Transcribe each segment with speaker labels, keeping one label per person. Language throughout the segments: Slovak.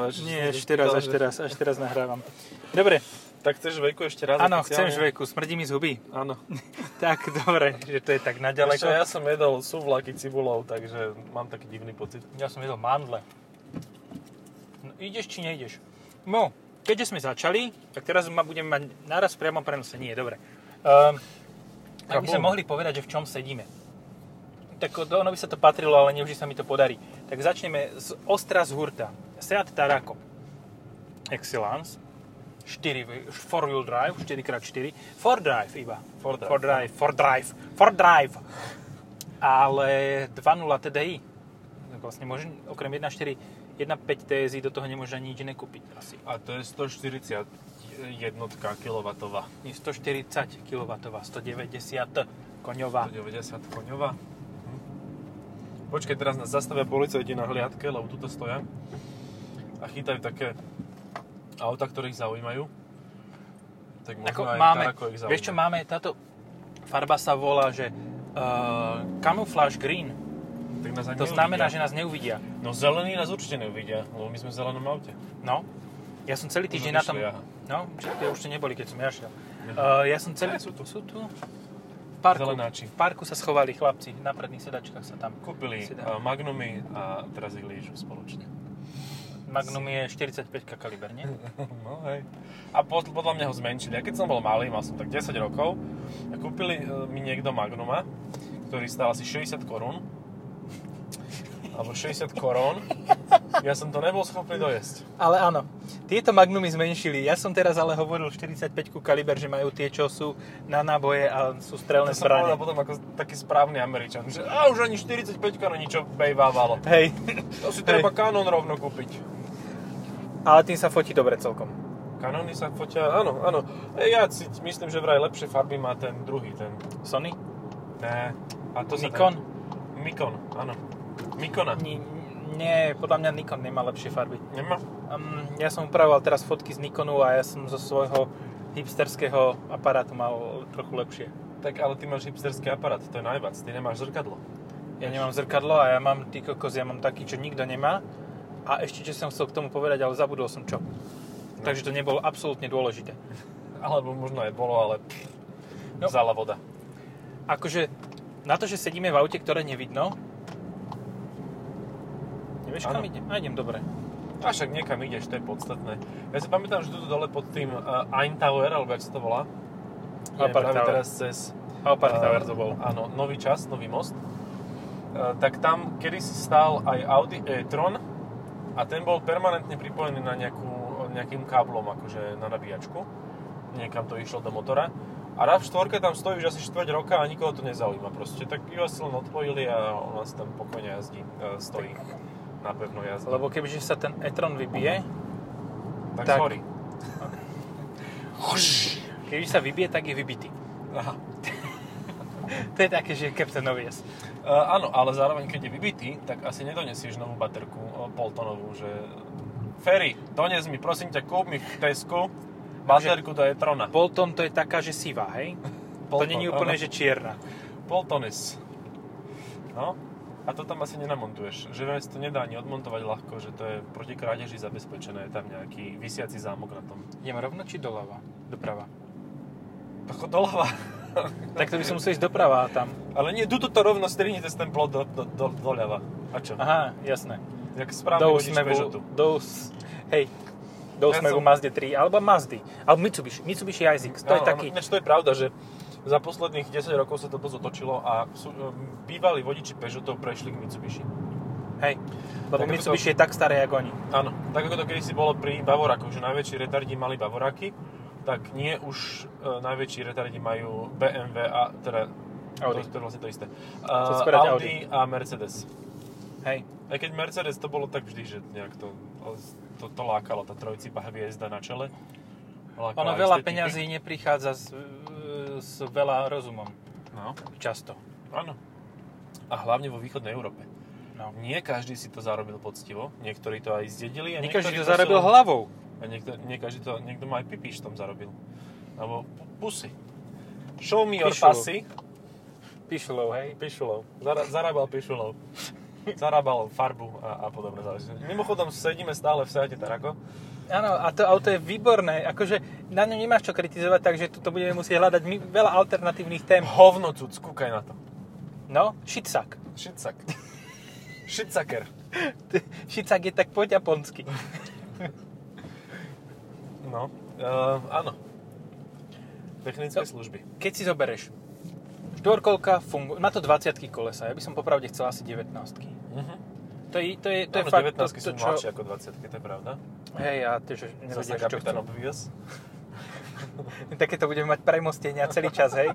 Speaker 1: nahrávaš?
Speaker 2: Nie, až teraz, až teraz, až teraz nahrávam. Dobre,
Speaker 1: Tak chceš veku ešte raz?
Speaker 2: áno,
Speaker 1: oficiálne?
Speaker 2: chcem žveku, smrdí mi z huby.
Speaker 1: Áno.
Speaker 2: Tak, dobre, že to je tak
Speaker 1: Ďaleko.
Speaker 2: naďaleko.
Speaker 1: ja som jedol súvlaky cibulou, takže mám taký divný pocit.
Speaker 2: Ja som jedol mandle. No, ideš či neideš? No, keďže sme začali, tak teraz ma budeme mať naraz priamo prenose. Nie, dobre. Um, tak by sme
Speaker 1: Kabum.
Speaker 2: mohli povedať, že v čom sedíme. Tak ono by sa to patrilo, ale nevždy sa mi to podarí. Tak začneme z ostra z hurta. Seat Tarako. Excellence. 4, 4-wheel drive, 4x4. 4-drive iba.
Speaker 1: 4Drive,
Speaker 2: 4-drive, 4-drive, 4-drive. Ale 2.0 TDI. Tak Vlastne môže, okrem 1.4, 1.5 TSI do toho nemôže ani nič iné kúpiť asi.
Speaker 1: A to je 140 jednotka kilovatová.
Speaker 2: Je 140 kW, 190 koňová.
Speaker 1: 190 koňová. Mhm. Počkaj, teraz nás zastavia policajti na hliadke, lebo tuto stoja. A chytajú také auta, ktoré ich zaujímajú. Tak možno
Speaker 2: Ako
Speaker 1: aj
Speaker 2: máme,
Speaker 1: Tarako ich zaujíma.
Speaker 2: vieš čo máme, táto farba sa volá, že uh, camouflage green.
Speaker 1: Tak nás ani
Speaker 2: To znamená, že
Speaker 1: neuvidia.
Speaker 2: nás neuvidia.
Speaker 1: No zelený nás určite neuvidia, lebo my sme v zelenom aute.
Speaker 2: No, ja som celý týždeň na tom...
Speaker 1: odišli, aha.
Speaker 2: No, však tie už tu neboli, keď som ja šiel. Uh, ja som celý...
Speaker 1: Aj sú tu.
Speaker 2: Sú tu? V parku,
Speaker 1: Zelenáči.
Speaker 2: v parku sa schovali chlapci, na predných sedačkách sa tam.
Speaker 1: Kúpili
Speaker 2: Si
Speaker 1: a,
Speaker 2: dá.
Speaker 1: Magnumy a teraz ich lížu spoločne.
Speaker 2: Magnum je 45 kaliber, nie?
Speaker 1: No hej. A pod, podľa mňa ho zmenšili. Ja keď som bol malý, mal som tak 10 rokov, a kúpili e, mi niekto Magnuma, ktorý stál asi 60 korún. Alebo 60 korún. Ja som to nebol schopný dojesť.
Speaker 2: Ale áno, tieto Magnumy zmenšili. Ja som teraz ale hovoril 45 kaliber, že majú tie, čo sú na náboje a sú strelné
Speaker 1: To som povedal
Speaker 2: zbranie.
Speaker 1: potom ako taký správny Američan, že a už ani 45 na ničo bejvávalo.
Speaker 2: Hej,
Speaker 1: To si treba kanón rovno kúpiť.
Speaker 2: ale tým sa fotí dobre celkom.
Speaker 1: Kanóny sa fotia, áno, áno. E, Ja si myslím, že vraj lepšie farby má ten druhý, ten.
Speaker 2: Sony?
Speaker 1: Ne. A to sa Ten...
Speaker 2: Nikon?
Speaker 1: Mikon, áno. Mikona.
Speaker 2: Ni- Nie, podľa mňa Nikon nemá lepšie farby.
Speaker 1: Nemá?
Speaker 2: Um, ja som upravoval teraz fotky z Nikonu a ja som zo svojho hipsterského aparátu mal trochu lepšie.
Speaker 1: Tak ale ty máš hipsterský aparát, to je najviac, ty nemáš zrkadlo.
Speaker 2: Ja nemám zrkadlo a ja mám, ty kokos, ja mám taký, čo nikto nemá. A ešte, čo som chcel k tomu povedať, ale zabudol som
Speaker 1: No.
Speaker 2: čo. Takže to nebolo absolútne dôležité.
Speaker 1: Alebo možno aj bolo, ale
Speaker 2: No.
Speaker 1: no. vzala voda.
Speaker 2: Akože, na to, že sedíme v aute, ktoré nevidno, Nevieš, kam
Speaker 1: Áno.
Speaker 2: idem? A idem, dobre.
Speaker 1: A však niekam ideš, to je podstatné. Ja si pamätám, že tuto dole pod tým uh, Ein Tower, alebo jak sa to volá, je
Speaker 2: Haupark
Speaker 1: práve
Speaker 2: Tower.
Speaker 1: teraz cez
Speaker 2: Haupark
Speaker 1: eh,
Speaker 2: Tower to bol.
Speaker 1: Áno, nový čas, nový most. Eh, tak tam kedysi stál aj Audi e-tron a ten bol permanentne pripojený na nejakú, nejakým káblom, akože na nabíjačku. Niekam to išlo do motora. A RAV4 tam stojí už asi 4 roka a nikoho to nezaujíma proste. Tak ju asi len odpojili a ona si tam pokojne jazdí, eh, stojí na pevno jazdí.
Speaker 2: Lebo kebyže sa ten Etron vybije,
Speaker 1: tak,
Speaker 2: tak.
Speaker 1: tak sorry.
Speaker 2: kebyže sa vybije, tak je vybitý.
Speaker 1: Aha.
Speaker 2: To je také, že Captain
Speaker 1: E,
Speaker 2: Obvious.
Speaker 1: áno, ale zároveň, keď je vybitý, tak asi nedonesieš novú baterku e, poltonovú, že... Ferry, dones mi, prosím ťa, kúp mi v Tesku baterku do Etrona.
Speaker 2: Bolton to je taká, že sivá, hej? to
Speaker 1: Bolton,
Speaker 2: není úplne,
Speaker 1: áno.
Speaker 2: že čierna.
Speaker 1: Poltones. No, a to tam asi nenamontuješ. Že vraj sa to nedá ani odmontovať ľahko, že to je proti krádeži zabezpečené. Je tam nejaký vysiaci zámok na tom.
Speaker 2: Idem rovno či doľava? Doprava.
Speaker 1: Ako doľava.
Speaker 2: Tak to by som musel ísť doprava a tam.
Speaker 1: Ale nie, tuto to rovno strihni cez ten plot do, do, do, doľava. A čo? Aha.
Speaker 2: Aha, jasné.
Speaker 1: Jak správne
Speaker 2: do
Speaker 1: vodič Peugeotu.
Speaker 2: úsmevu, do us- hej, do
Speaker 1: Ja
Speaker 2: úsmevu
Speaker 1: som-
Speaker 2: Mazdy 3, alebo Mazdy, alebo Mitsubishi, Mitsubishi ISX, to je
Speaker 1: Áno,
Speaker 2: taký,
Speaker 1: áno, No, Ináč to je pravda, že za posledných 10 rokov sa to dosť otočilo a sú, um, bývalí vodiči Peugeotov prešli k Mitsubishi.
Speaker 2: hej, lebo
Speaker 1: Tak to-
Speaker 2: Mitsubishi je tak staré, ako oni.
Speaker 1: Áno, tak ako to kedysi bolo pri Bavorákoch, že najväčší retardi mali Bavoráky, tak nie už e, najväčší retardi majú BMW a teda
Speaker 2: Audi.
Speaker 1: To, to je vlastne to isté.
Speaker 2: Chcem
Speaker 1: Uh,
Speaker 2: sperať
Speaker 1: Audi, a Mercedes.
Speaker 2: Hej,
Speaker 1: Aj keď Mercedes to bolo tak vždy, že nejak to, to, to lákalo, tá trojcipa hviezda na čele. Lákala
Speaker 2: ono veľa
Speaker 1: estetiku.
Speaker 2: peňazí neprichádza s, e, s veľa rozumom,
Speaker 1: No,
Speaker 2: často.
Speaker 1: áno. A hlavne vo východnej Európe.
Speaker 2: No.
Speaker 1: Nie každý si to zarobil poctivo, niektorí to aj zdedili a
Speaker 2: Nie každý
Speaker 1: niektorí
Speaker 2: to zarobil
Speaker 1: sú-
Speaker 2: hlavou.
Speaker 1: A niekto, nie každý to, niekto má aj pipíš tam zarobil. Alebo pu- pusy. Show me your
Speaker 2: Pišulu.
Speaker 1: pasy.
Speaker 2: Pišulov, hej.
Speaker 1: Pišulov. Zara, zarábal pišulov. Zarábal farbu a, a podobné záležitosti. Mimochodom, sedíme stále v Seate Tarako.
Speaker 2: Áno, a to auto je výborné. Akože na ňom nemáš čo kritizovať, takže tuto budeme musieť hľadať my veľa alternatívnych tém.
Speaker 1: Hovno cuc, kúkaj na to.
Speaker 2: No, šitsak.
Speaker 1: Šitsak. Šitsaker.
Speaker 2: Šitsak je tak po japonsky.
Speaker 1: No, uh, áno. Technické
Speaker 2: No.
Speaker 1: služby.
Speaker 2: Keď si zoberieš, štvorkolka funguje, má to 20 kolesa, ja by som popravde chcel asi 19
Speaker 1: Mhm.
Speaker 2: To je, to je, to je
Speaker 1: Áno,
Speaker 2: fakt
Speaker 1: 19
Speaker 2: to,
Speaker 1: sú
Speaker 2: to, čo...
Speaker 1: mladšie ako 20 to je pravda.
Speaker 2: Hej, ja tiež
Speaker 1: Zase
Speaker 2: nevedia, čo
Speaker 1: kapitán
Speaker 2: chcú.
Speaker 1: obvious.
Speaker 2: Takéto budeme mať premostenia celý čas, hej.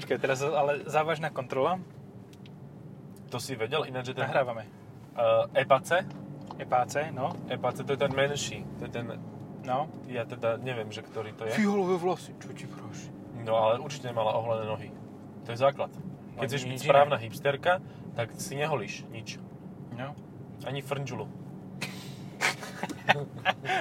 Speaker 2: Počkaj, teraz ale závažná kontrola.
Speaker 1: To si vedel, ináč, že ten uh,
Speaker 2: Nahrávame.
Speaker 1: Epace,
Speaker 2: EPAC, no,
Speaker 1: Epace, to je ten menší, to je ten,
Speaker 2: no.
Speaker 1: ja teda neviem, že ktorý to je.
Speaker 2: Fialové vlasy, čo ti prosím.
Speaker 1: No ale určite mala oholené nohy. To je základ. Keď
Speaker 2: Ani
Speaker 1: chceš byť
Speaker 2: nič iné.
Speaker 1: správna hipsterka, tak si neholíš nič.
Speaker 2: No.
Speaker 1: Ani frnžulu.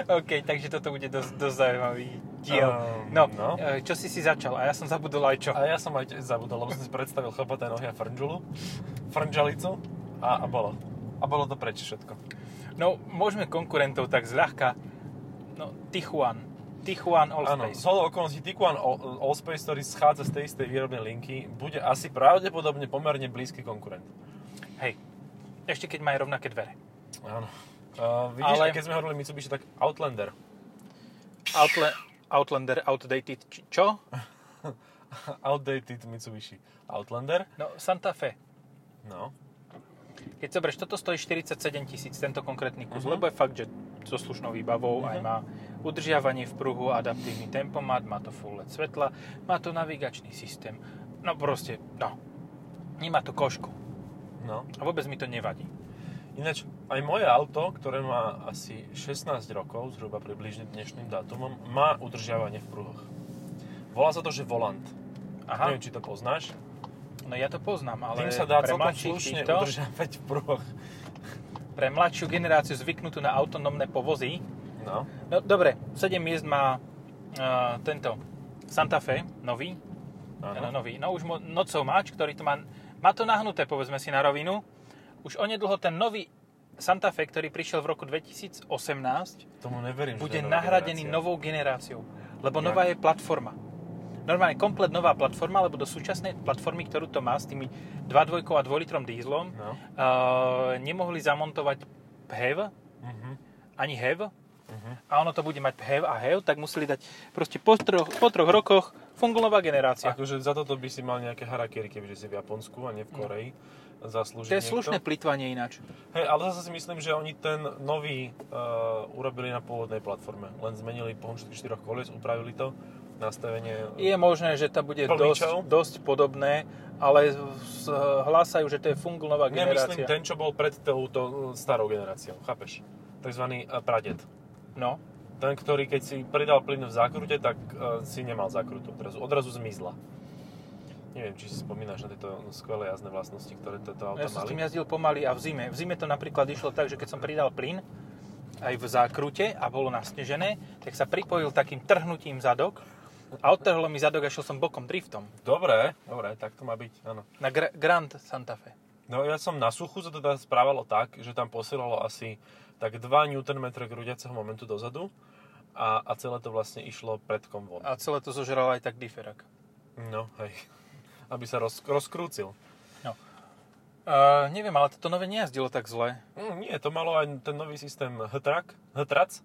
Speaker 2: OK, takže toto bude dosť, dosť zaujímavý diel.
Speaker 1: Ehm,
Speaker 2: no,
Speaker 1: no.
Speaker 2: e, čo si si začal? A ja som zabudol aj čo.
Speaker 1: A ja som aj tiež zabudol, lebo som si predstavil chlpaté nohy a frnžulu, frnžalicu a, a bolo. A bolo to preč všetko.
Speaker 2: No, môžeme konkurentov tak zľahka. No, Tichuan. Tichuan
Speaker 1: Áno, z
Speaker 2: Allspace.
Speaker 1: hodou okolností Tiguan All- Allspace, ktorý schádza z tej istej výrobnej linky, bude asi pravdepodobne pomerne blízky konkurent.
Speaker 2: Hej, ešte keď majú rovnaké dvere.
Speaker 1: Áno. Uh, vidíš,
Speaker 2: Ale-
Speaker 1: Ale... keď sme hovorili Mitsubishi, tak Outlander.
Speaker 2: Outla- Outlander Outdated, či- čo?
Speaker 1: Outdated Mitsubishi. Outlander?
Speaker 2: No, Santa Fe.
Speaker 1: No.
Speaker 2: Keď zoberieš, toto stojí 47 tisíc, tento konkrétny kus,
Speaker 1: Mhm.
Speaker 2: lebo je fakt, že so slušnou výbavou aj
Speaker 1: Mhm.
Speaker 2: má udržiavanie v pruhu, adaptívny tempomat, má to full LED svetla, má to navigačný systém. No proste, no. Nemá to košku.
Speaker 1: No.
Speaker 2: A vôbec mi to nevadí.
Speaker 1: Ináč, aj moje auto, ktoré má asi 16 rokov, zhruba približne dnešným dátumom, má udržiavanie v pruhoch. Volá sa to, že volant.
Speaker 2: Aha,
Speaker 1: Neviem, či to poznáš.
Speaker 2: no ja to poznám,
Speaker 1: Ale
Speaker 2: ale
Speaker 1: Tým sa dá
Speaker 2: pre
Speaker 1: celkom
Speaker 2: mladších
Speaker 1: slušne
Speaker 2: týchto,
Speaker 1: udržiavať v pruhoch.
Speaker 2: pre mladšiu generáciu zvyknutú na autonómne povozy,
Speaker 1: No.
Speaker 2: no dobre, 7 miest má uh, tento Santa Fe, nový,
Speaker 1: Áno.
Speaker 2: Áno. nový. No už mo- nocou mač, ktorý to má, má to nahnuté, povedzme si na rovinu. Už onedlho ten nový Santa Fe, ktorý prišiel v roku 2018,
Speaker 1: Tomu neverím, že to
Speaker 2: bude
Speaker 1: je nová
Speaker 2: nahradený
Speaker 1: generácia.
Speaker 2: novou generáciou, lebo
Speaker 1: Jak?
Speaker 2: nová je platforma. Normálne komplet nová platforma, lebo do súčasnej platformy, ktorú to má s tými 2.2 a 2 litrom dízlom,
Speaker 1: No.
Speaker 2: uh, nemohli zamontovať PHEV
Speaker 1: Mhm.
Speaker 2: ani HEV
Speaker 1: Mhm.
Speaker 2: a ono to bude mať HEV a HEV, tak museli dať proste po troch, po troch rokoch fungovala nová generácia.
Speaker 1: Akože za toto by si mal nejaké harakiri, kebyže si v Japonsku a nie v Koreji zaslúžiť
Speaker 2: No. To je
Speaker 1: niekto.
Speaker 2: slušné plýtvanie ináč.
Speaker 1: Hej, ale zase si myslím, že oni ten nový uh, urobili na pôvodnej platforme. Len zmenili pohon všetkých štyroch kolies, upravili to, nastavenie...
Speaker 2: Je možné, že to bude
Speaker 1: Plničov?
Speaker 2: dosť, dosť podobné, ale s- hlásajú, že to je fungl nová generácia.
Speaker 1: Nemyslím ten, čo bol pred touto eh, starou generáciou, chápeš? Takzvaný eh, praded.
Speaker 2: No,
Speaker 1: Ten, ktorý keď si pridal plyn v zákrute, tak eh, si nemal zákrutu. Odrazu, odrazu zmizla. Neviem, či si spomínaš na tieto skvelé jazdné vlastnosti, ktoré toto auto
Speaker 2: ja som s
Speaker 1: mali.
Speaker 2: tým jazdil pomaly a v zime. V zime to napríklad išlo tak, že keď som pridal plyn aj v zákrute a bolo nasnežené, tak sa pripojil takým trhnutím zadok a odtrhlo mi zadok a šiel som bokom driftom
Speaker 1: Dobre, dobre, tak to má byť, áno.
Speaker 2: na Gr- Grand Santa Fe.
Speaker 1: No ja som na suchu sa teda správalo tak, že tam posielalo asi tak 2 Nm rudiaceho momentu dozadu a, a celé to vlastne išlo predkom von.
Speaker 2: A celé to zožralo aj tak diferak.
Speaker 1: No, hej. Aby sa roz, rozkrúcil.
Speaker 2: Uh, neviem, ale toto nové nejazdilo tak zle.
Speaker 1: Mm, nie, to malo aj ten nový systém H-Track, H-Trac.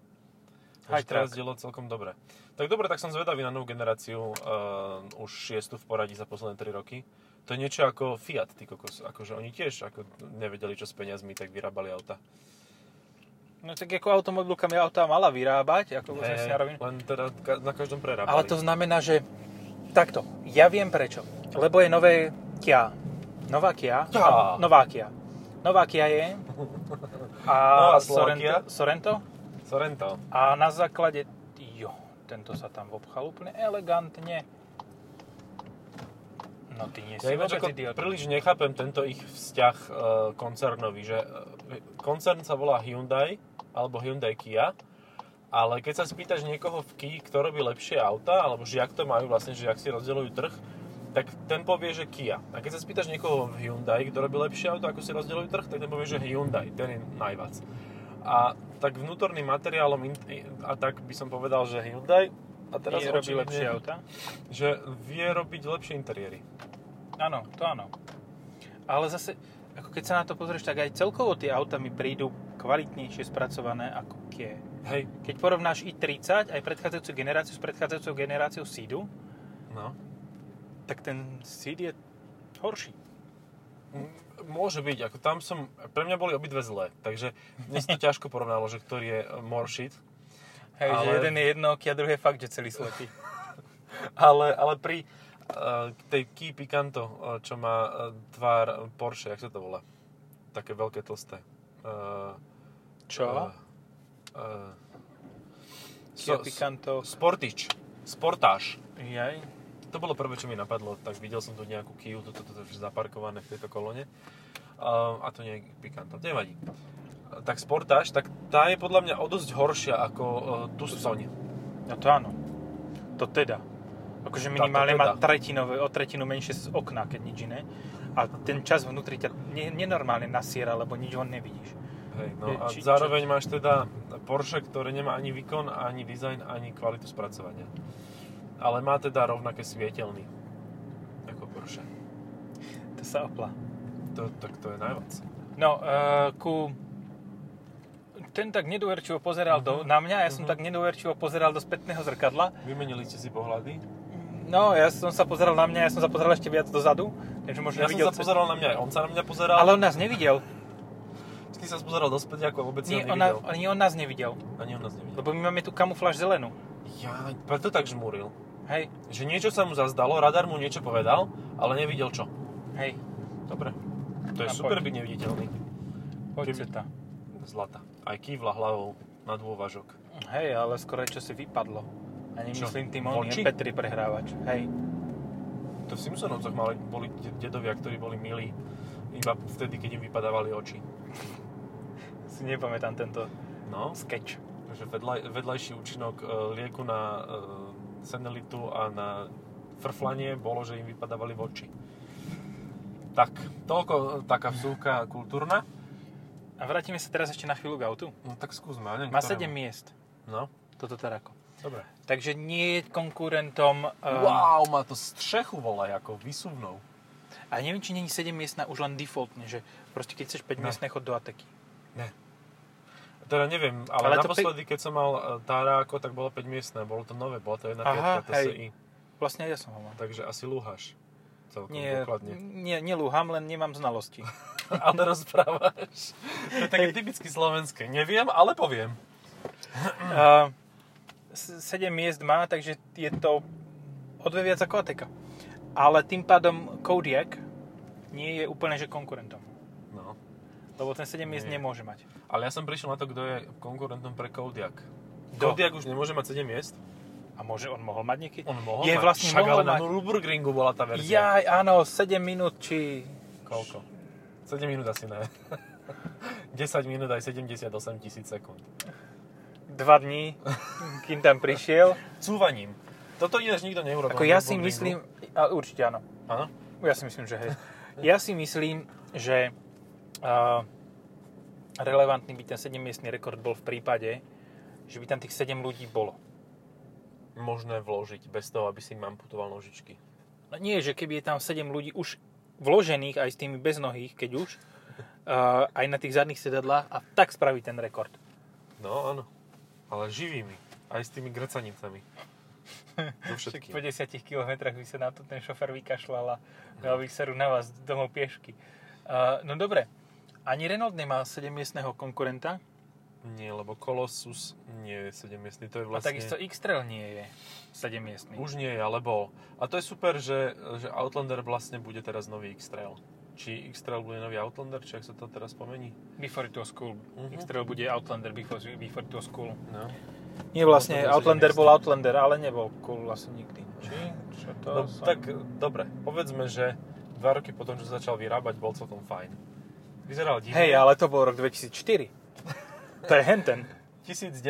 Speaker 2: Hi-Trac.
Speaker 1: Takže teraz dielo celkom dobre. Tak dobre, tak som zvedavý na novú generáciu, uh, už šiestu v poradí za posledné 3 roky. To je niečo ako Fiat, ty kokos. Akože oni tiež ako nevedeli, čo s peniazmi, tak vyrábali auta.
Speaker 2: No tak ako automobilka mi auta mala vyrábať, ako hey, si na rovinu.
Speaker 1: len teda ka- na každom prerábali.
Speaker 2: Ale to znamená, že takto, ja viem prečo. Lebo je nové Kia. Nová Kia.
Speaker 1: Kia.
Speaker 2: A- Nová Kia. Nová Kia je. A
Speaker 1: Nová Slovakia.
Speaker 2: Sorento, Sorento.
Speaker 1: Sorento.
Speaker 2: A na základe... Jo, tento sa tam obchal úplne elegantne. No ty nie si
Speaker 1: Ja ináč
Speaker 2: vôbec
Speaker 1: ako
Speaker 2: idiot.
Speaker 1: príliš nechápem tento ich vzťah e, koncernový, že e, koncern sa volá Hyundai alebo Hyundai Kia, ale keď sa spýtaš niekoho v Kia, kto robí lepšie auta, alebo že jak to majú vlastne, že jak si rozdeľujú trh, tak ten povie, že Kia. A keď sa spýtaš niekoho v Hyundai, kto robí lepšie auto, ako si rozdeľujú trh, tak ten povie, že Hyundai, ten je najviac. A tak vnútorným materiálom, in- i- a tak by som povedal, že Hyundai a teraz
Speaker 2: Teraz robí
Speaker 1: očividne,
Speaker 2: lepšie auta.
Speaker 1: Že vie robiť lepšie interiéry.
Speaker 2: Áno, to áno. Ale zase, ako keď sa na to pozrieš, tak aj celkovo tie auta mi prídu kvalitnejšie spracované ako Kia.
Speaker 1: Hej,
Speaker 2: Keď porovnáš i30 aj predchádzajúcu generáciu s predchádzajúcou generáciou Seedu,
Speaker 1: no.
Speaker 2: tak ten Seed je horší.
Speaker 1: M- Môže byť, ako tam som, pre mňa boli obidve zlé, takže mne sa to ťažko porovnalo, že ktorý je e, more shit.
Speaker 2: Hej,
Speaker 1: že
Speaker 2: Ale... že
Speaker 1: jeden
Speaker 2: jeden je jedno, a druhý je fakt, že celý slepý.
Speaker 1: Ale, ale pri uh, tej Kia Picanto, eh, čo má eh, tvár Porsche, jak sa to volá? Také veľké, tlsté. E, Uh,
Speaker 2: Čo?
Speaker 1: Uh,
Speaker 2: Kia Picanto.
Speaker 1: Sportič. Sportáž.
Speaker 2: Jaj.
Speaker 1: To bolo prvé, čo mi napadlo, tak videl som tu nejakú Kiu, toto to, to, to, zaparkované v tejto kolone. Uh, a to nie je Picanto, nevadí. Eh, Tak Sportáž, tak tá je podľa mňa o dosť horšia ako uh, Tucson.
Speaker 2: No to áno. To teda. Akože
Speaker 1: Táto
Speaker 2: minimálne má
Speaker 1: teda.
Speaker 2: tretinové, o tretinu menšie z okna, keď nič iné. A ten čas vnútri ťa ne, nenormálne nasiera, lebo nič ho nevidíš.
Speaker 1: Hej, no
Speaker 2: Je
Speaker 1: a
Speaker 2: či-
Speaker 1: zároveň máš teda Porsche, ktoré nemá ani výkon, ani dizajn, ani kvalitu spracovania. Ale má teda rovnaké svietelný ako Porsche.
Speaker 2: To sa opla.
Speaker 1: To, tak to je najviac.
Speaker 2: No, uh, ku... Ten tak nedôverčivo pozeral do, na mňa, ja som
Speaker 1: Mhm.
Speaker 2: tak nedôverčivo pozeral do spätného zrkadla.
Speaker 1: Vymenili ste si pohľady.
Speaker 2: No, ja som sa pozeral na mňa, ja som sa pozeral ešte viac dozadu. Takže možno
Speaker 1: Ja
Speaker 2: videl
Speaker 1: som sa pozeral na mňa, aj on sa na mňa pozeral.
Speaker 2: Ale on nás nevidel.
Speaker 1: Ty sa pozeral dospäť, ako vôbec si ho
Speaker 2: Nie, on,
Speaker 1: nevidel.
Speaker 2: na- ani on nás nevidel.
Speaker 1: Ani on nás nevidel.
Speaker 2: Lebo my máme tu kamufláž zelenú.
Speaker 1: Ja, preto tak žmúril.
Speaker 2: Hej,
Speaker 1: Že niečo sa mu zazdalo, radar mu niečo povedal, ale nevidel čo.
Speaker 2: hej,
Speaker 1: Dobre. To je
Speaker 2: A
Speaker 1: super
Speaker 2: poď.
Speaker 1: byť neviditeľný.
Speaker 2: poď
Speaker 1: Keby-
Speaker 2: sa tá.
Speaker 1: Zlata. Aj kývla hlavou na dôvažok.
Speaker 2: Hej, ale skoro čo si vypadlo. A nemyslím
Speaker 1: Čo?
Speaker 2: tým on,
Speaker 1: Voči?
Speaker 2: MP3 prehrávač. Hej.
Speaker 1: To v Simpsonovcoch mali, boli de- dedovia, ktorí boli milí iba vtedy, keď im vypadávali oči.
Speaker 2: Si nepamätám tento
Speaker 1: No,
Speaker 2: sketch.
Speaker 1: že vedlaj, vedľajší účinok e, lieku na e, senelitu a na frflanie bolo, že im vypadávali oči. Tak, toľko e, taká vzúka kultúrna.
Speaker 2: A vrátime sa teraz ešte na chvíľu k autu.
Speaker 1: No tak skúsme, ja neviem,
Speaker 2: Má
Speaker 1: ktorému.
Speaker 2: 7 miest,
Speaker 1: No,
Speaker 2: toto Tarako.
Speaker 1: dobre.
Speaker 2: Takže nie je konkurentom... Um,
Speaker 1: Wow, má to strechu volaj ako vysuvnou.
Speaker 2: A neviem, či není 7 miestna už len defaultne, že proste keď chceš 5
Speaker 1: Ne.
Speaker 2: miestne, chod do Ateky.
Speaker 1: Teda neviem, ale, ale
Speaker 2: Ale to
Speaker 1: naposledy, keď som mal e, Tarako, tak bolo 5 miestne, bolo to nové, bolo to 1.5
Speaker 2: Aha,
Speaker 1: TSI.
Speaker 2: Vlastne aj ja som ho mal.
Speaker 1: Takže asi lúhaš. Celkom
Speaker 2: Nie,
Speaker 1: dôkladne.
Speaker 2: nie, nelúham, len nemám znalosti.
Speaker 1: ale rozprávaš. To je také
Speaker 2: Hej.
Speaker 1: typicky slovenské. Neviem, ale poviem. Mm.
Speaker 2: Uh, 7 miest má, takže je to o dve viac ako Ateka. Ale tým pádom Kodiak nie je úplne že konkurentom.
Speaker 1: No.
Speaker 2: Lebo ten 7 miest
Speaker 1: Nie.
Speaker 2: nemôže mať.
Speaker 1: Ale ja som prišiel na to, kto je konkurentom pre Kodiak.
Speaker 2: Kto?
Speaker 1: Kodiak už nemôže mať 7 miest.
Speaker 2: A môže, on mohol mať niekedy?
Speaker 1: On mohol
Speaker 2: Je
Speaker 1: mať.
Speaker 2: vlastne
Speaker 1: Však,
Speaker 2: mohol
Speaker 1: ale na
Speaker 2: mať.
Speaker 1: Nürburgringu bola tá verzia.
Speaker 2: Jaj, áno, 7 minút či...
Speaker 1: Koľko? 7 minút asi ne. 10 minút aj 78 tisíc sekúnd.
Speaker 2: 2 dní, kým tam prišiel.
Speaker 1: Cúvaním. Toto ináč nikto neurobil.
Speaker 2: Ako
Speaker 1: na
Speaker 2: ja si
Speaker 1: Nürburgringu.
Speaker 2: myslím... A určite áno.
Speaker 1: Áno?
Speaker 2: Ja si myslím, že hej. Ja si myslím, že uh, relevantný by ten 7-miestný rekord bol v prípade, že by tam tých 7 ľudí bolo.
Speaker 1: Možné vložiť bez toho, aby si mamputoval nožičky.
Speaker 2: No nie, že keby je tam 7 ľudí už vložených, aj s tými beznohých, keď už, uh, aj na tých zadných sedadlách a tak spraví ten rekord.
Speaker 1: No, áno. Ale živými. Aj s tými grcanicami. So všetkým.
Speaker 2: 10 kilometrách by sa na to ten šofer vykašľal a dal výseru na vás domov piešky. Uh, no dobre, ani Renault nemá 7-miestného konkurenta
Speaker 1: Nie, lebo Colossus nie je 7 miestný, to je vlastne...
Speaker 2: a takisto X-Trail nie je 7-miestný.
Speaker 1: Už nie je, ale bol. A to je super, že, že Outlander vlastne bude teraz nový X-Trail. Či X-Trail bude nový Outlander, či ak sa to teraz pomení?
Speaker 2: Before it was cool.
Speaker 1: Mhm.
Speaker 2: Uh-huh. X-Trail bude Outlander before, before it was cool.
Speaker 1: No.
Speaker 2: Nie,
Speaker 1: vlastne,
Speaker 2: vlastne,
Speaker 1: Bolo to
Speaker 2: Outlander
Speaker 1: rozhodne
Speaker 2: bol Outlander, ale nebol cool asi nikdy. Či? Čo to
Speaker 1: no tak, dobre. Povedzme, že dva roky potom, čo začal vyrábať, bol celkom fajn. Vyzeral divne.
Speaker 2: Hej, ale to bol rok 2004. to je henten.
Speaker 1: 1997.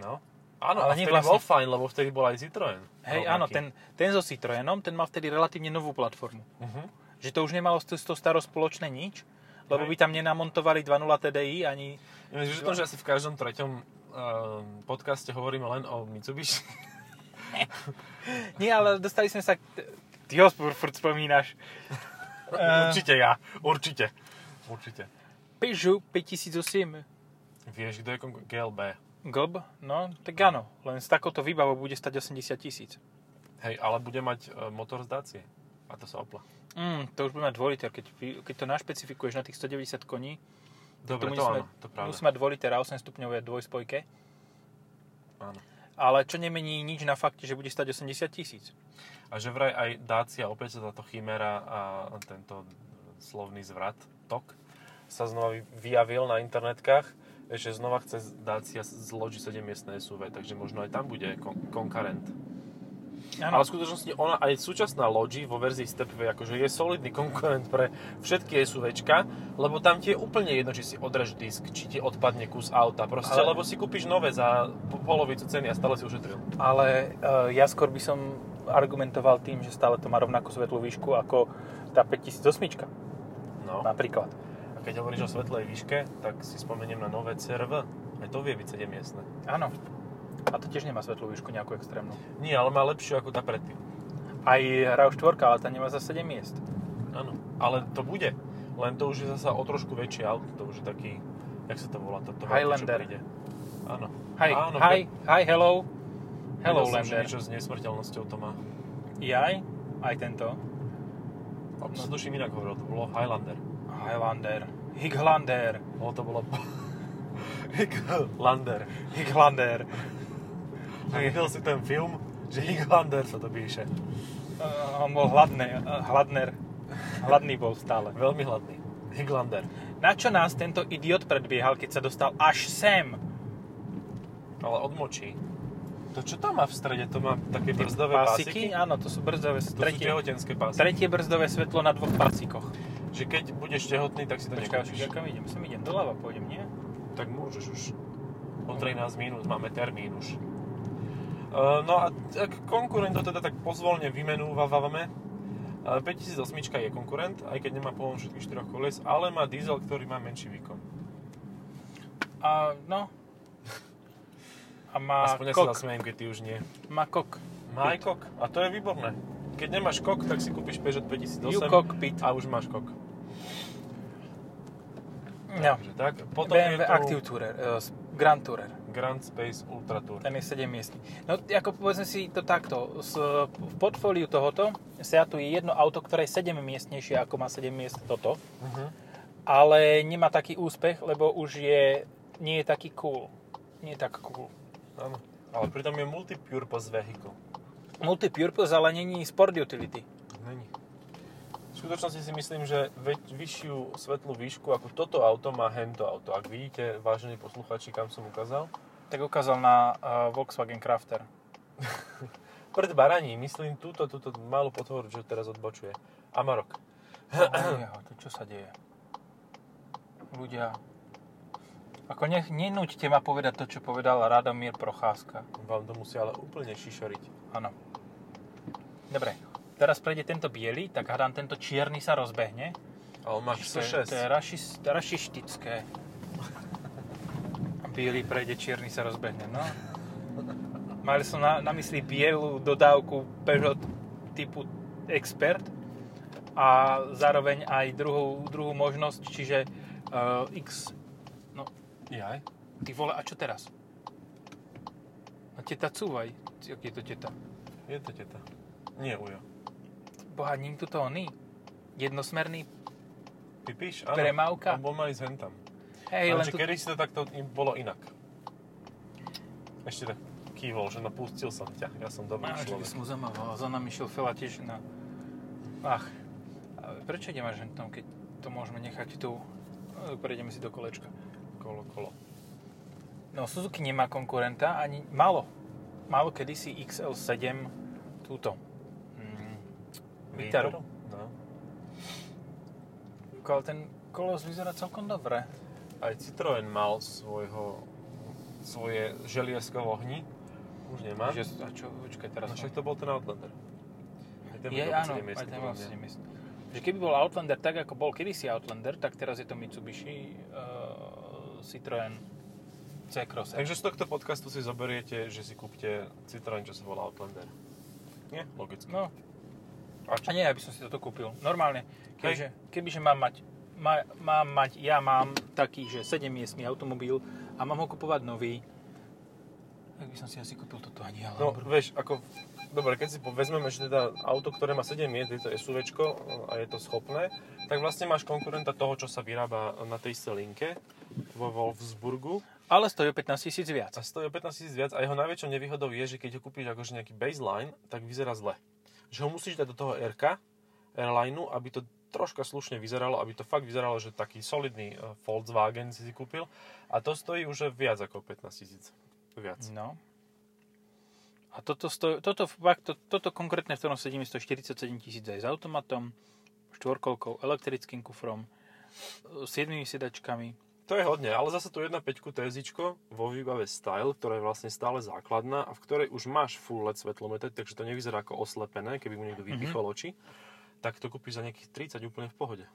Speaker 1: No. Áno, ale
Speaker 2: Ale
Speaker 1: a
Speaker 2: nie
Speaker 1: vtedy
Speaker 2: vlastne.
Speaker 1: bol fajn, lebo vtedy bol aj Citroën.
Speaker 2: Hej,
Speaker 1: Rovnaký.
Speaker 2: áno, ten, ten so Citroenom, ten mal vtedy relatívne novú platformu.
Speaker 1: Mhm.
Speaker 2: Že to už nemalo s tou starou spoločné nič, lebo
Speaker 1: Hej.
Speaker 2: by tam nenamontovali 2.0 TDI ani...
Speaker 1: Ja myslím, že to, že asi v každom treťom ehm, podcaste hovoríme len o Mitsubishi.
Speaker 2: Nie, ale dostali sme sa... k- Ty ho spôr- furt spomínaš. Eh,
Speaker 1: určite ja, určite. Určite.
Speaker 2: Peugeot 5008.
Speaker 1: Vieš, kto je konku- GLB.
Speaker 2: Glb? No, tak áno. Len s takouto výbavou bude stať 80 tisíc.
Speaker 1: Hej, ale bude mať e, motor z Dacie. A to sa opla.
Speaker 2: Mm, to už bude mať 2 liter, keď, vy- keď to našpecifikuješ na tých 190 koní.
Speaker 1: Dobre, to,
Speaker 2: musí
Speaker 1: áno,
Speaker 2: mať-
Speaker 1: to pravda.
Speaker 2: Musí mať 2 liter a 8 stupňové dvojspojke.
Speaker 1: Áno.
Speaker 2: Ale čo nemení nič na fakte, že bude stať 80 tisíc.
Speaker 1: A že vraj aj Dacia, opäť sa táto chimera a tento slovný zvrat, tok, sa znova vy- vyjavil na internetkách, že znova chce Dacia zložiť 7 miestne SUV, takže možno aj tam bude kon- konkurent. Ale
Speaker 2: Áno,
Speaker 1: v skutočnosti ona aj súčasná Logi vo verzii Stepway akože je solidný konkurent pre všetky SUVčka, lebo tam ti je úplne jedno, či si odrež disk, či ti odpadne kus auta, proste, ale...
Speaker 2: Ale-
Speaker 1: lebo si kúpiš nové za po- polovicu ceny a stále si ušetril.
Speaker 2: ale e, ja skôr by som argumentoval tým, že stále to má rovnakú svetlú výšku ako tá 5008
Speaker 1: No.
Speaker 2: napríklad.
Speaker 1: A keď hovoríš o svetlej výške, tak si spomeniem na nové CRV. Aj to vie byť 7 miestne.
Speaker 2: Áno. A to tiež nemá svetlú výšku nejakú extrémnu.
Speaker 1: Nie, ale má lepšiu ako tá predtým.
Speaker 2: Aj RAV4, ale tá nemá za 7 miest.
Speaker 1: Áno. Ale to bude. Len to už je zasa o trošku väčšie auto. To už je taký, jak sa to volá? To, to veľké, čo
Speaker 2: Highlander.
Speaker 1: príde. Áno.
Speaker 2: Hi,
Speaker 1: Áno,
Speaker 2: hi, hi, hello.
Speaker 1: videl
Speaker 2: Hello,
Speaker 1: som, že
Speaker 2: Lander.
Speaker 1: niečo s nesmrteľnosťou to má.
Speaker 2: Jaj, aj tento.
Speaker 1: A to sa tuším inak hovoril, to bolo Highlander.
Speaker 2: Highlander. Highlander.
Speaker 1: No to bolo... Highlander.
Speaker 2: Highlander.
Speaker 1: A videl si ten film, že Highlander sa to píše.
Speaker 2: Uh, on bol hladný, uh, hladner. Hladný bol stále.
Speaker 1: Veľmi hladný. Highlander.
Speaker 2: Na čo nás tento idiot predbiehal, keď sa dostal až sem?
Speaker 1: Ale odmočí. To čo tam má v strede? To má také
Speaker 2: Tie
Speaker 1: brzdové pásiky?
Speaker 2: Áno, to sú brzdové,
Speaker 1: To sú
Speaker 2: tretie,
Speaker 1: tehotenské pásiky.
Speaker 2: tretie brzdové svetlo na dvoch pásikoch.
Speaker 1: Že keď budeš tehotný, tak si to
Speaker 2: Počkaj,
Speaker 1: nekúpiš.
Speaker 2: počkaj, kam idem? Sem idem, doľava pôjdem, nie?
Speaker 1: Tak môžeš už. O 13 minút máme termín už. E, No a tak konkurentov teda tak pozvolne vymenúvávame. E, 5008 je konkurent, aj keď nemá pohon všetkých štyroch kolies, ale má diesel, ktorý má menší výkon.
Speaker 2: A no. A má
Speaker 1: Aspoň ja sa
Speaker 2: kok.
Speaker 1: zasmejem, keď ty už nie.
Speaker 2: Má kok.
Speaker 1: Má aj kok a to je výborné. Keď nemáš kok, tak si kúpiš Peugeot 5008
Speaker 2: You cockpit.
Speaker 1: a už máš kok.
Speaker 2: No.
Speaker 1: Takže tak. Potom je
Speaker 2: BMW
Speaker 1: tu
Speaker 2: Active Tourer, eh, Grand Tourer.
Speaker 1: Grand Space Ultra Tour.
Speaker 2: Ten je 7 miestný. No, ako povedzme si to takto. S, v portfóliu tohoto Seatu je jedno auto, ktoré je 7 miestnejšie, ako má 7 miest toto.
Speaker 1: Mhm.
Speaker 2: Ale nemá taký úspech, lebo už je, nie je taký cool. Nie je tak cool.
Speaker 1: Áno. Ale pritom je multi-purpose vehicle.
Speaker 2: Multi-purpose, ale není sport utility.
Speaker 1: Není. V skutočnosti si myslím, že väč- vyššiu svetlú výšku ako toto auto má hento auto. Ak vidíte, vážení posluchači, kam som ukázal,
Speaker 2: Tak ukázal na eh, Volkswagen Crafter.
Speaker 1: pred baraní, myslím túto, túto malú potvoru, čo teraz odbočuje. Amarok.
Speaker 2: Jeho, to čo sa deje? Ľudia, ako ne, nenúďte ma povedať to, čo povedal Radomír Procházka.
Speaker 1: Vám to musí ale úplne šišoriť.
Speaker 2: Áno. Dobre, teraz prejde tento biely, tak hádam, tento čierny sa rozbehne.
Speaker 1: A on má
Speaker 2: To je, to je
Speaker 1: X6.
Speaker 2: rašis, rašištické. Bielý prejde, čierny sa rozbehne, no. Mali som na, na mysli bielú dodávku Peugeot typu Expert a zároveň aj druhú, druhú možnosť, čiže uh, X... No,
Speaker 1: Jaj.
Speaker 2: ty vole, a čo teraz? No teta, cúvaj. Ty, Aký je to teta?
Speaker 1: Je to teta. Nie, ujo.
Speaker 2: Boha, ním tu to oný. Jednosmerný.
Speaker 1: Pipíš? Áno.
Speaker 2: Premávka.
Speaker 1: On bol mal ísť hentam.
Speaker 2: Hej,
Speaker 1: Ale
Speaker 2: len
Speaker 1: že
Speaker 2: tu...
Speaker 1: kedy si to takto im bolo inak. Ešte tak kývol, že no pustil som ťa. Ja som dobrý
Speaker 2: Máš, by
Speaker 1: človek.
Speaker 2: som mu zamával, za nami šiel Fela tiež na... Ach, a prečo ideme až hentom, keď to môžeme nechať tu? E, Prejdeme si do kolečka.
Speaker 1: Kolo, kolo.
Speaker 2: No, Suzuki nemá konkurenta, ani malo. Malo kedysi XL7 túto. Mm. Vitaru.
Speaker 1: Vitaru. No.
Speaker 2: Ale ten kolos vyzerá celkom dobre.
Speaker 1: Aj Citroen mal svojho, svoje želiesko v ohni Už nemá.
Speaker 2: Že, a čo, počkaj, teraz
Speaker 1: No
Speaker 2: mám.
Speaker 1: však to bol ten Outlander. Aj ten
Speaker 2: Je,
Speaker 1: bol
Speaker 2: áno, aj
Speaker 1: miestny,
Speaker 2: ten vlastne-
Speaker 1: podľa
Speaker 2: mal
Speaker 1: mňa.
Speaker 2: 7 miest. Že keby bol Outlander tak, ako bol kedysi Outlander, tak teraz je to Mitsubishi uh, Citroën C-Crosser.
Speaker 1: Takže z tohto podcastu si zoberiete, že si kúpte Citroen, čo sa volá Outlander. Nie? Logicky.
Speaker 2: No,
Speaker 1: A
Speaker 2: a
Speaker 1: čo?
Speaker 2: nie, aby som si toto kúpil. Normálne, kebyže, kebyže mám mať má, mám mať, ja mám taký, že 7 miestný automobil a mám ho kupovať nový, tak by som si asi kúpil toto ani ja.
Speaker 1: No, vieš, ako... Dobre, keď si po- vezmeme, že teda auto, ktoré má 7 miest, je to SUVčko eh, a je to schopné, tak vlastne máš konkurenta toho, čo sa vyrába na tej istej linke vo Wolfsburgu
Speaker 2: Ale stojí o 15 tisíc viac.
Speaker 1: a stojí o 15 tisíc viac a jeho najväčšou nevýhodou je, že keď ho kúpiš akože nejaký baseline, tak vyzerá zle. Že ho musíš dať do toho RK, airlineu, aby to troška slušne vyzeralo, aby to fakt vyzeralo, že taký solidný eh, Volkswagen si si kúpil a to stojí už viac ako 15 tisíc. Viac.
Speaker 2: No. A toto, stoj, toto, fakt, to, toto konkrétne, v ktorom sedím, je 147 tisíc aj s automatom, štvorkolkou, elektrickým kufrom, s jednými sedačkami.
Speaker 1: To je hodne, ale zase tu 1.5 TSI vo výbave Style, ktorá je vlastne stále základná a v ktorej už máš full LED svetlometer, takže to nevyzerá ako oslepené, keby mu niekto vypichol oči, tak to kúpiš za nejakých 30 úplne v pohode.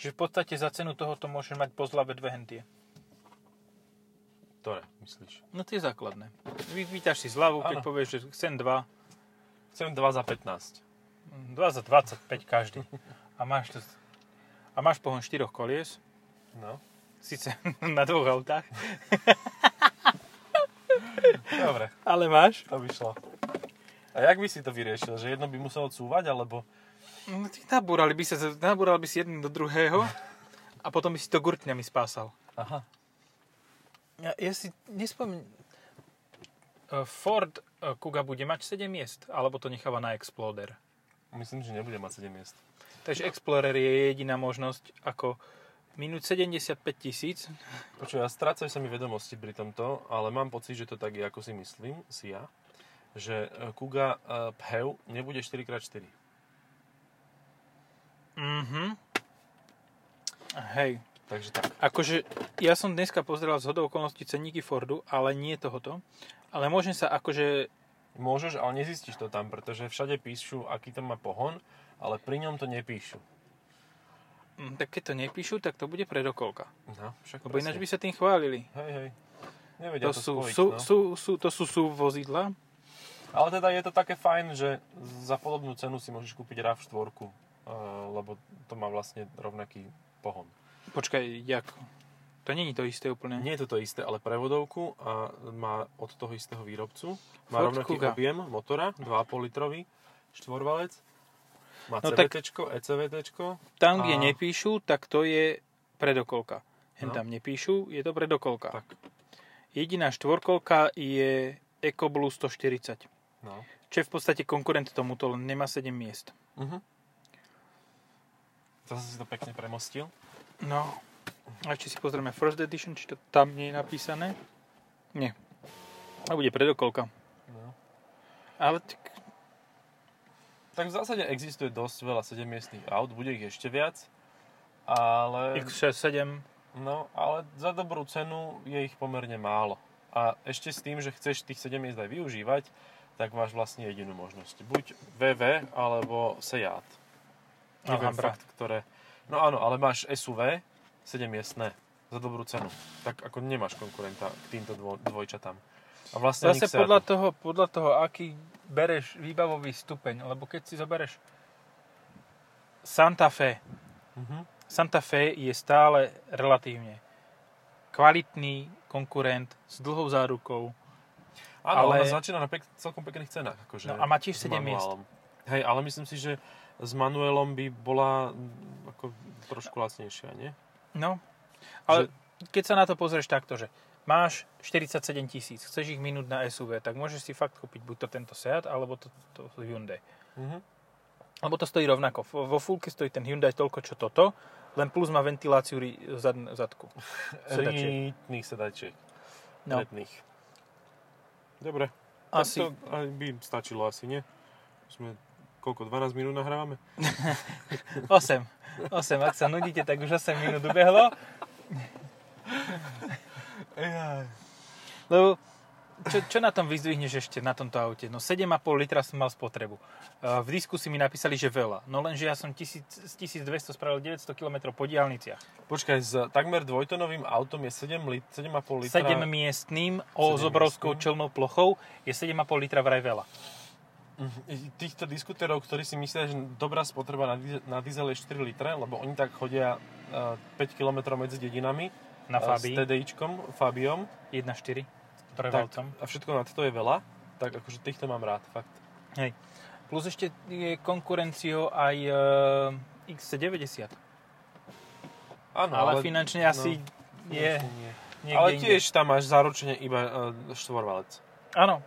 Speaker 2: Čiže v podstate za cenu tohoto môžeš mať po zlave dve hentie.
Speaker 1: Ktoré, myslíš?
Speaker 2: No tie základné. Vy, vyťaž si zľavu, keď
Speaker 1: Áno.
Speaker 2: povieš, že chcem dva,
Speaker 1: Chcem 2 za 15.
Speaker 2: dva za 25 každý. A máš, to, a máš pohon štyroch kolies,
Speaker 1: No.
Speaker 2: síce na dvoch autách,
Speaker 1: Dobre,
Speaker 2: ale máš.
Speaker 1: to vyšlo. A jak by si to vyriešil? Že jedno by muselo cúvať, alebo...
Speaker 2: No ty nabúrali by, sa, nabúrali by si jeden do druhého a potom by si to gurtňami spásal.
Speaker 1: Aha.
Speaker 2: Ja, ja si nespomínam... Ford e, Kuga bude mať 7 miest, alebo to necháva na Explorer.
Speaker 1: Myslím, že nebude mať 7 miest.
Speaker 2: Takže Explorer je jediná možnosť, ako minúť 75 tisíc.
Speaker 1: Počuj, ja strácajú sa mi vedomosti pri tomto, ale mám pocit, že to tak je, ako si myslím, si ja, že e, Kuga e, Phew nebude 4x4.
Speaker 2: Mhm. Hej.
Speaker 1: Takže tak.
Speaker 2: Akože, ja som dneska pozrel z hodou okolností cenníky Fordu, ale nie tohoto. Ale môžem sa akože...
Speaker 1: Môžeš, ale nezistíš to tam, pretože všade píšu, aký to má pohon, ale pri ňom to nepíšu.
Speaker 2: mm, Tak keď to nepíšu, tak to bude predokolka.
Speaker 1: No, však
Speaker 2: Lebo ináč by sa tým chválili.
Speaker 1: Hej, hej. Nevedia
Speaker 2: To
Speaker 1: to,
Speaker 2: sú,
Speaker 1: spojiť,
Speaker 2: sú,
Speaker 1: no.
Speaker 2: sú, sú, to sú SUV vozidla.
Speaker 1: Ale teda je to také fajn, že za podobnú cenu si môžeš kúpiť RAV4, eh, lebo to má vlastne rovnaký pohon.
Speaker 2: Počkaj, jak? To není to isté úplne.
Speaker 1: Nie je to to isté, ale prevodovku a má od toho istého výrobcu. Má
Speaker 2: Ford
Speaker 1: rovnaký
Speaker 2: Kuga.
Speaker 1: objem motora, 2,5 litrový, štvorvalec. Má
Speaker 2: No tak-
Speaker 1: CVT, ECVT.
Speaker 2: Tam, kde
Speaker 1: A-
Speaker 2: nepíšu, tak to je predokolka. Hen
Speaker 1: No.
Speaker 2: tam nepíšu, je to predokolka.
Speaker 1: Tak.
Speaker 2: Jediná štvorkolka je EcoBlue 140.
Speaker 1: No.
Speaker 2: Čo je v podstate konkurent tomuto, len nemá 7 miest.
Speaker 1: Mhm. Zase si to pekne premostil.
Speaker 2: No. A ešte si pozrieme First Edition, či to tam nie je napísané. Nie. A bude predokolka.
Speaker 1: No.
Speaker 2: Ale tak,
Speaker 1: Tak v zásade existuje dosť veľa 7 miestných aut, bude ich ešte viac, ale,
Speaker 2: X67,
Speaker 1: no, ale za dobrú cenu je ich pomerne málo. A ešte s tým, že chceš tých 7 miest aj využívať, tak máš vlastne jedinú možnosť. Buď VV alebo Seat. Neviem
Speaker 2: Alhambra.
Speaker 1: fakt, ktoré... No áno, ale máš SUV, 7 miestné, za dobrú cenu. Tak ako nemáš konkurenta k týmto dvo- dvojčatám. A vlastne ani k
Speaker 2: Zase
Speaker 1: Seatu.
Speaker 2: podľa toho, podľa toho, aký bereš výbavový stupeň, lebo keď si zoberieš Santa Fe,
Speaker 1: Mhm.
Speaker 2: Santa Fe je stále relatívne kvalitný konkurent s dlhou zárukou.
Speaker 1: Áno, ale
Speaker 2: Ale-
Speaker 1: ona začína na pek, celkom pekných cenách. Akože,
Speaker 2: No a má tiež
Speaker 1: s
Speaker 2: 7 miest.
Speaker 1: manuálom. Hej, ale myslím si, že s manuelom by bola mm, ako trošku lacnejšia, nie?
Speaker 2: No, ale keď sa na to pozrieš takto, že máš 47 tisíc, chceš ich minúť na SUV, tak môžeš si fakt kúpiť buď to tento Seat, alebo to, to Hyundai.
Speaker 1: Mhm.
Speaker 2: Lebo to stojí rovnako. Vo- Vo fullke stojí ten Hyundai toľko, čo toto, len plus má ventiláciu ri- zad, zadku. Sedačiek.
Speaker 1: Rýtnych sedačiek.
Speaker 2: No,
Speaker 1: Letných. Dobre.
Speaker 2: asi.
Speaker 1: Tak to aj by stačilo asi, nie? Sme koľko, 12 minút nahrávame?
Speaker 2: 8. 8, ak sa nudíte, tak už 8 minút ubehlo. Lebo No, čo, čo na tom vyzdvihneš ešte na tomto aute? No 7,5 litra som mal spotrebu. E, V diskusii mi napísali, že veľa. No lenže ja som 1000, z 1200 spravil 900 km po diálniciach.
Speaker 1: Počkaj, s takmer dvojtonovým autom je 7 lit, 7,5 litra.
Speaker 2: 7 miestným o, s
Speaker 1: Sedemmiestným.
Speaker 2: obrovskou čelnou plochou je 7,5 litra vraj veľa.
Speaker 1: Mhm. Týchto diskuterov, ktorí si myslia, že dobrá spotreba na, dize- na diesel je 4 litre, lebo oni tak chodia eh, 5 km medzi dedinami
Speaker 2: Na
Speaker 1: eh, s
Speaker 2: Fabii
Speaker 1: TDIčkom, Fabiom
Speaker 2: 1,4
Speaker 1: tak,
Speaker 2: prevalcom.
Speaker 1: a všetko na to je veľa, tak akože týchto mám rád, fakt.
Speaker 2: Hej. Plus ešte je konkurenciou aj e, X90.
Speaker 1: Áno,
Speaker 2: ale, finančne asi je
Speaker 1: finančne nie.
Speaker 2: niekde
Speaker 1: No, Ale
Speaker 2: inde.
Speaker 1: tiež tam máš záročne iba eh, štvorvalec.
Speaker 2: Áno.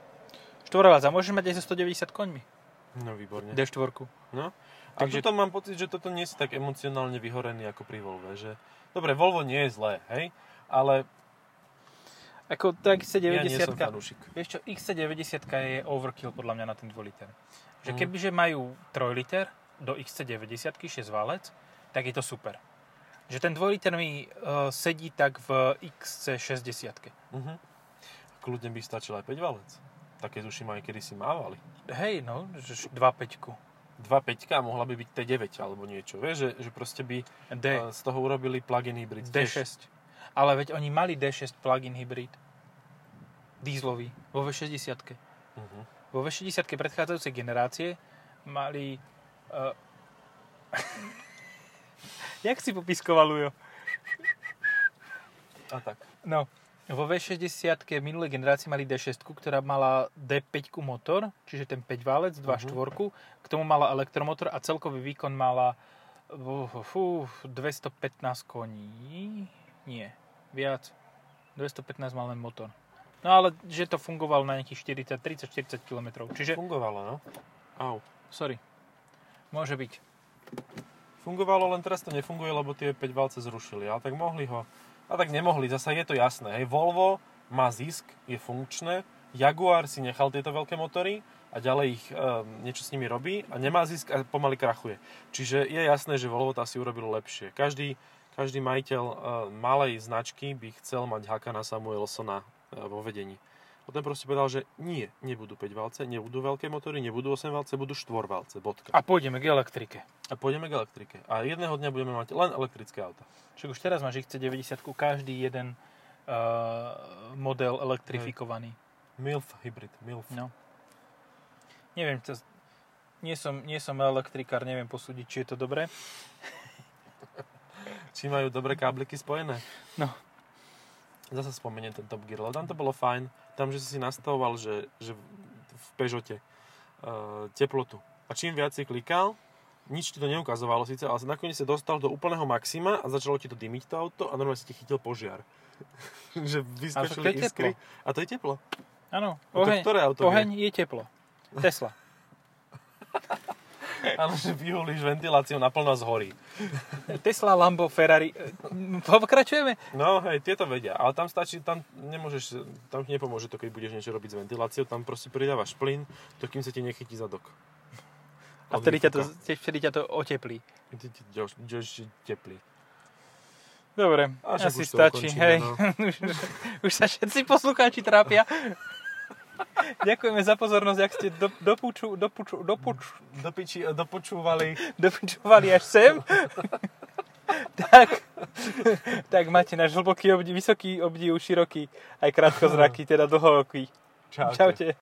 Speaker 2: Štvorvalec. A môžeš mať aj so 190 koňmi.
Speaker 1: No výborne.
Speaker 2: D4.
Speaker 1: No. A
Speaker 2: Takže-
Speaker 1: tuto mám pocit, že toto nie si tak emocionálne vyhorený ako pri Volve. Že... Dobre, Volvo nie je zlé, hej? Ale
Speaker 2: Ako tá
Speaker 1: ja nie
Speaker 2: X90.
Speaker 1: som fanúšik.
Speaker 2: vieš čo, X90 je overkill podľa mňa na ten 2 liter. Že
Speaker 1: Mm.
Speaker 2: kebyže majú 3 liter do X90 6 válec, tak je to super. Že ten 2 liter mi uh, sedí tak v XC60.
Speaker 1: Mhm. Kľudne by stačil aj 5 valec. Také duši ma aj kedy si mávali.
Speaker 2: Hej, no, 2.5.
Speaker 1: 2.5 a mohla by byť T9 alebo niečo. Vieš, že, že proste by
Speaker 2: D.
Speaker 1: eh, z toho urobili plug-in hybrid. tiež.
Speaker 2: D6. Ale veď oni mali D6 plug-in hybrid. Dízlový. Vo V60.
Speaker 1: Mhm.
Speaker 2: Vo V60 predchádzajúcej generácie mali... Uh, jak si popiskoval, Ujo?
Speaker 1: A tak.
Speaker 2: No, vo V60 minulej generácie mali D6, ktorá mala D5 motor, čiže ten 5 válec, 2
Speaker 1: Mhm.
Speaker 2: štvorku, k tomu mala elektromotor a celkový výkon mala uh, fú, 215 koní, nie, viac, 215 mal len motor. No ale že to fungovalo na nejakých 40, 30, 40 km, čiže,
Speaker 1: Fungovalo, no. Au.
Speaker 2: sorry, môže byť.
Speaker 1: Fungovalo, len teraz to nefunguje, lebo tie 5 valce zrušili. Ale tak mohli ho. A tak nemohli, zasa je to jasné. Hej, Volvo má zisk, je funkčné. Jaguar si nechal tieto veľké motory a ďalej ich um, niečo s nimi robí a nemá zisk a pomaly krachuje. Čiže je jasné, že Volvo to asi urobilo lepšie. Každý, každý majiteľ uh, malej značky by chcel mať Hakana Samuelsona uh, vo vedení. Potom proste povedal, že nie, nebudú 5 valce, nebudú veľké motory, nebudú 8 valce, budú 4 valce, bodka.
Speaker 2: A pôjdeme k elektrike.
Speaker 1: A pôjdeme k elektrike. A jedného dňa budeme mať len elektrické auta.
Speaker 2: Čiže už teraz máš XC90 každý jeden uh, model elektrifikovaný.
Speaker 1: Hmm. MILF hybrid, MILF.
Speaker 2: No. Neviem, to, nie, som, nie som elektrikár, neviem posúdiť, či je to dobré.
Speaker 1: Či majú dobré kábliky spojené?
Speaker 2: No.
Speaker 1: Zase spomeniem ten Top Gear, lebo tam to bolo fajn. Tam, že si si nastavoval, že, že v Peugeote uh, teplotu. A čím viac si klikal, nič ti to neukazovalo síce, ale nakoniec sa dostal do úplného maxima a začalo ti to dymiť to auto a normálne si ti chytil požiar. že
Speaker 2: to
Speaker 1: vyskočili
Speaker 2: je
Speaker 1: iskry. A to je teplo.
Speaker 2: Áno,
Speaker 1: No to
Speaker 2: oheň,
Speaker 1: ktoré auto
Speaker 2: oheň je teplo. Tesla.
Speaker 1: Áno, že vyhulíš ventiláciu naplno a zhorí.
Speaker 2: Tesla, Lambo, Ferrari. eh, Pokračujeme?
Speaker 1: No hej, tieto vedia, ale tam stačí, tam nemôžeš, tam ti nepomôže to, keď budeš niečo robiť s ventiláciou, tam proste pridávaš plyn, to kým sa ti nechytí zadok.
Speaker 2: A vtedy ťa to, vtedy ťa to oteplí.
Speaker 1: teplý.
Speaker 2: Dobre,
Speaker 1: A však
Speaker 2: asi
Speaker 1: už to
Speaker 2: stačí.
Speaker 1: ukončíme,
Speaker 2: Hej.
Speaker 1: no.
Speaker 2: už, už sa všetci poslucháči trápia. Ďakujeme za pozornosť, ak ste do, dopuču, dopuču, dopuču,
Speaker 1: Dopiči, dopočúvali.
Speaker 2: dopičovali až sem, tak, tak máte náš hlboký obdiv, vysoký obdiv, široký, aj krátkozraký, teda dlhooký.
Speaker 1: Čaute.
Speaker 2: Čaute.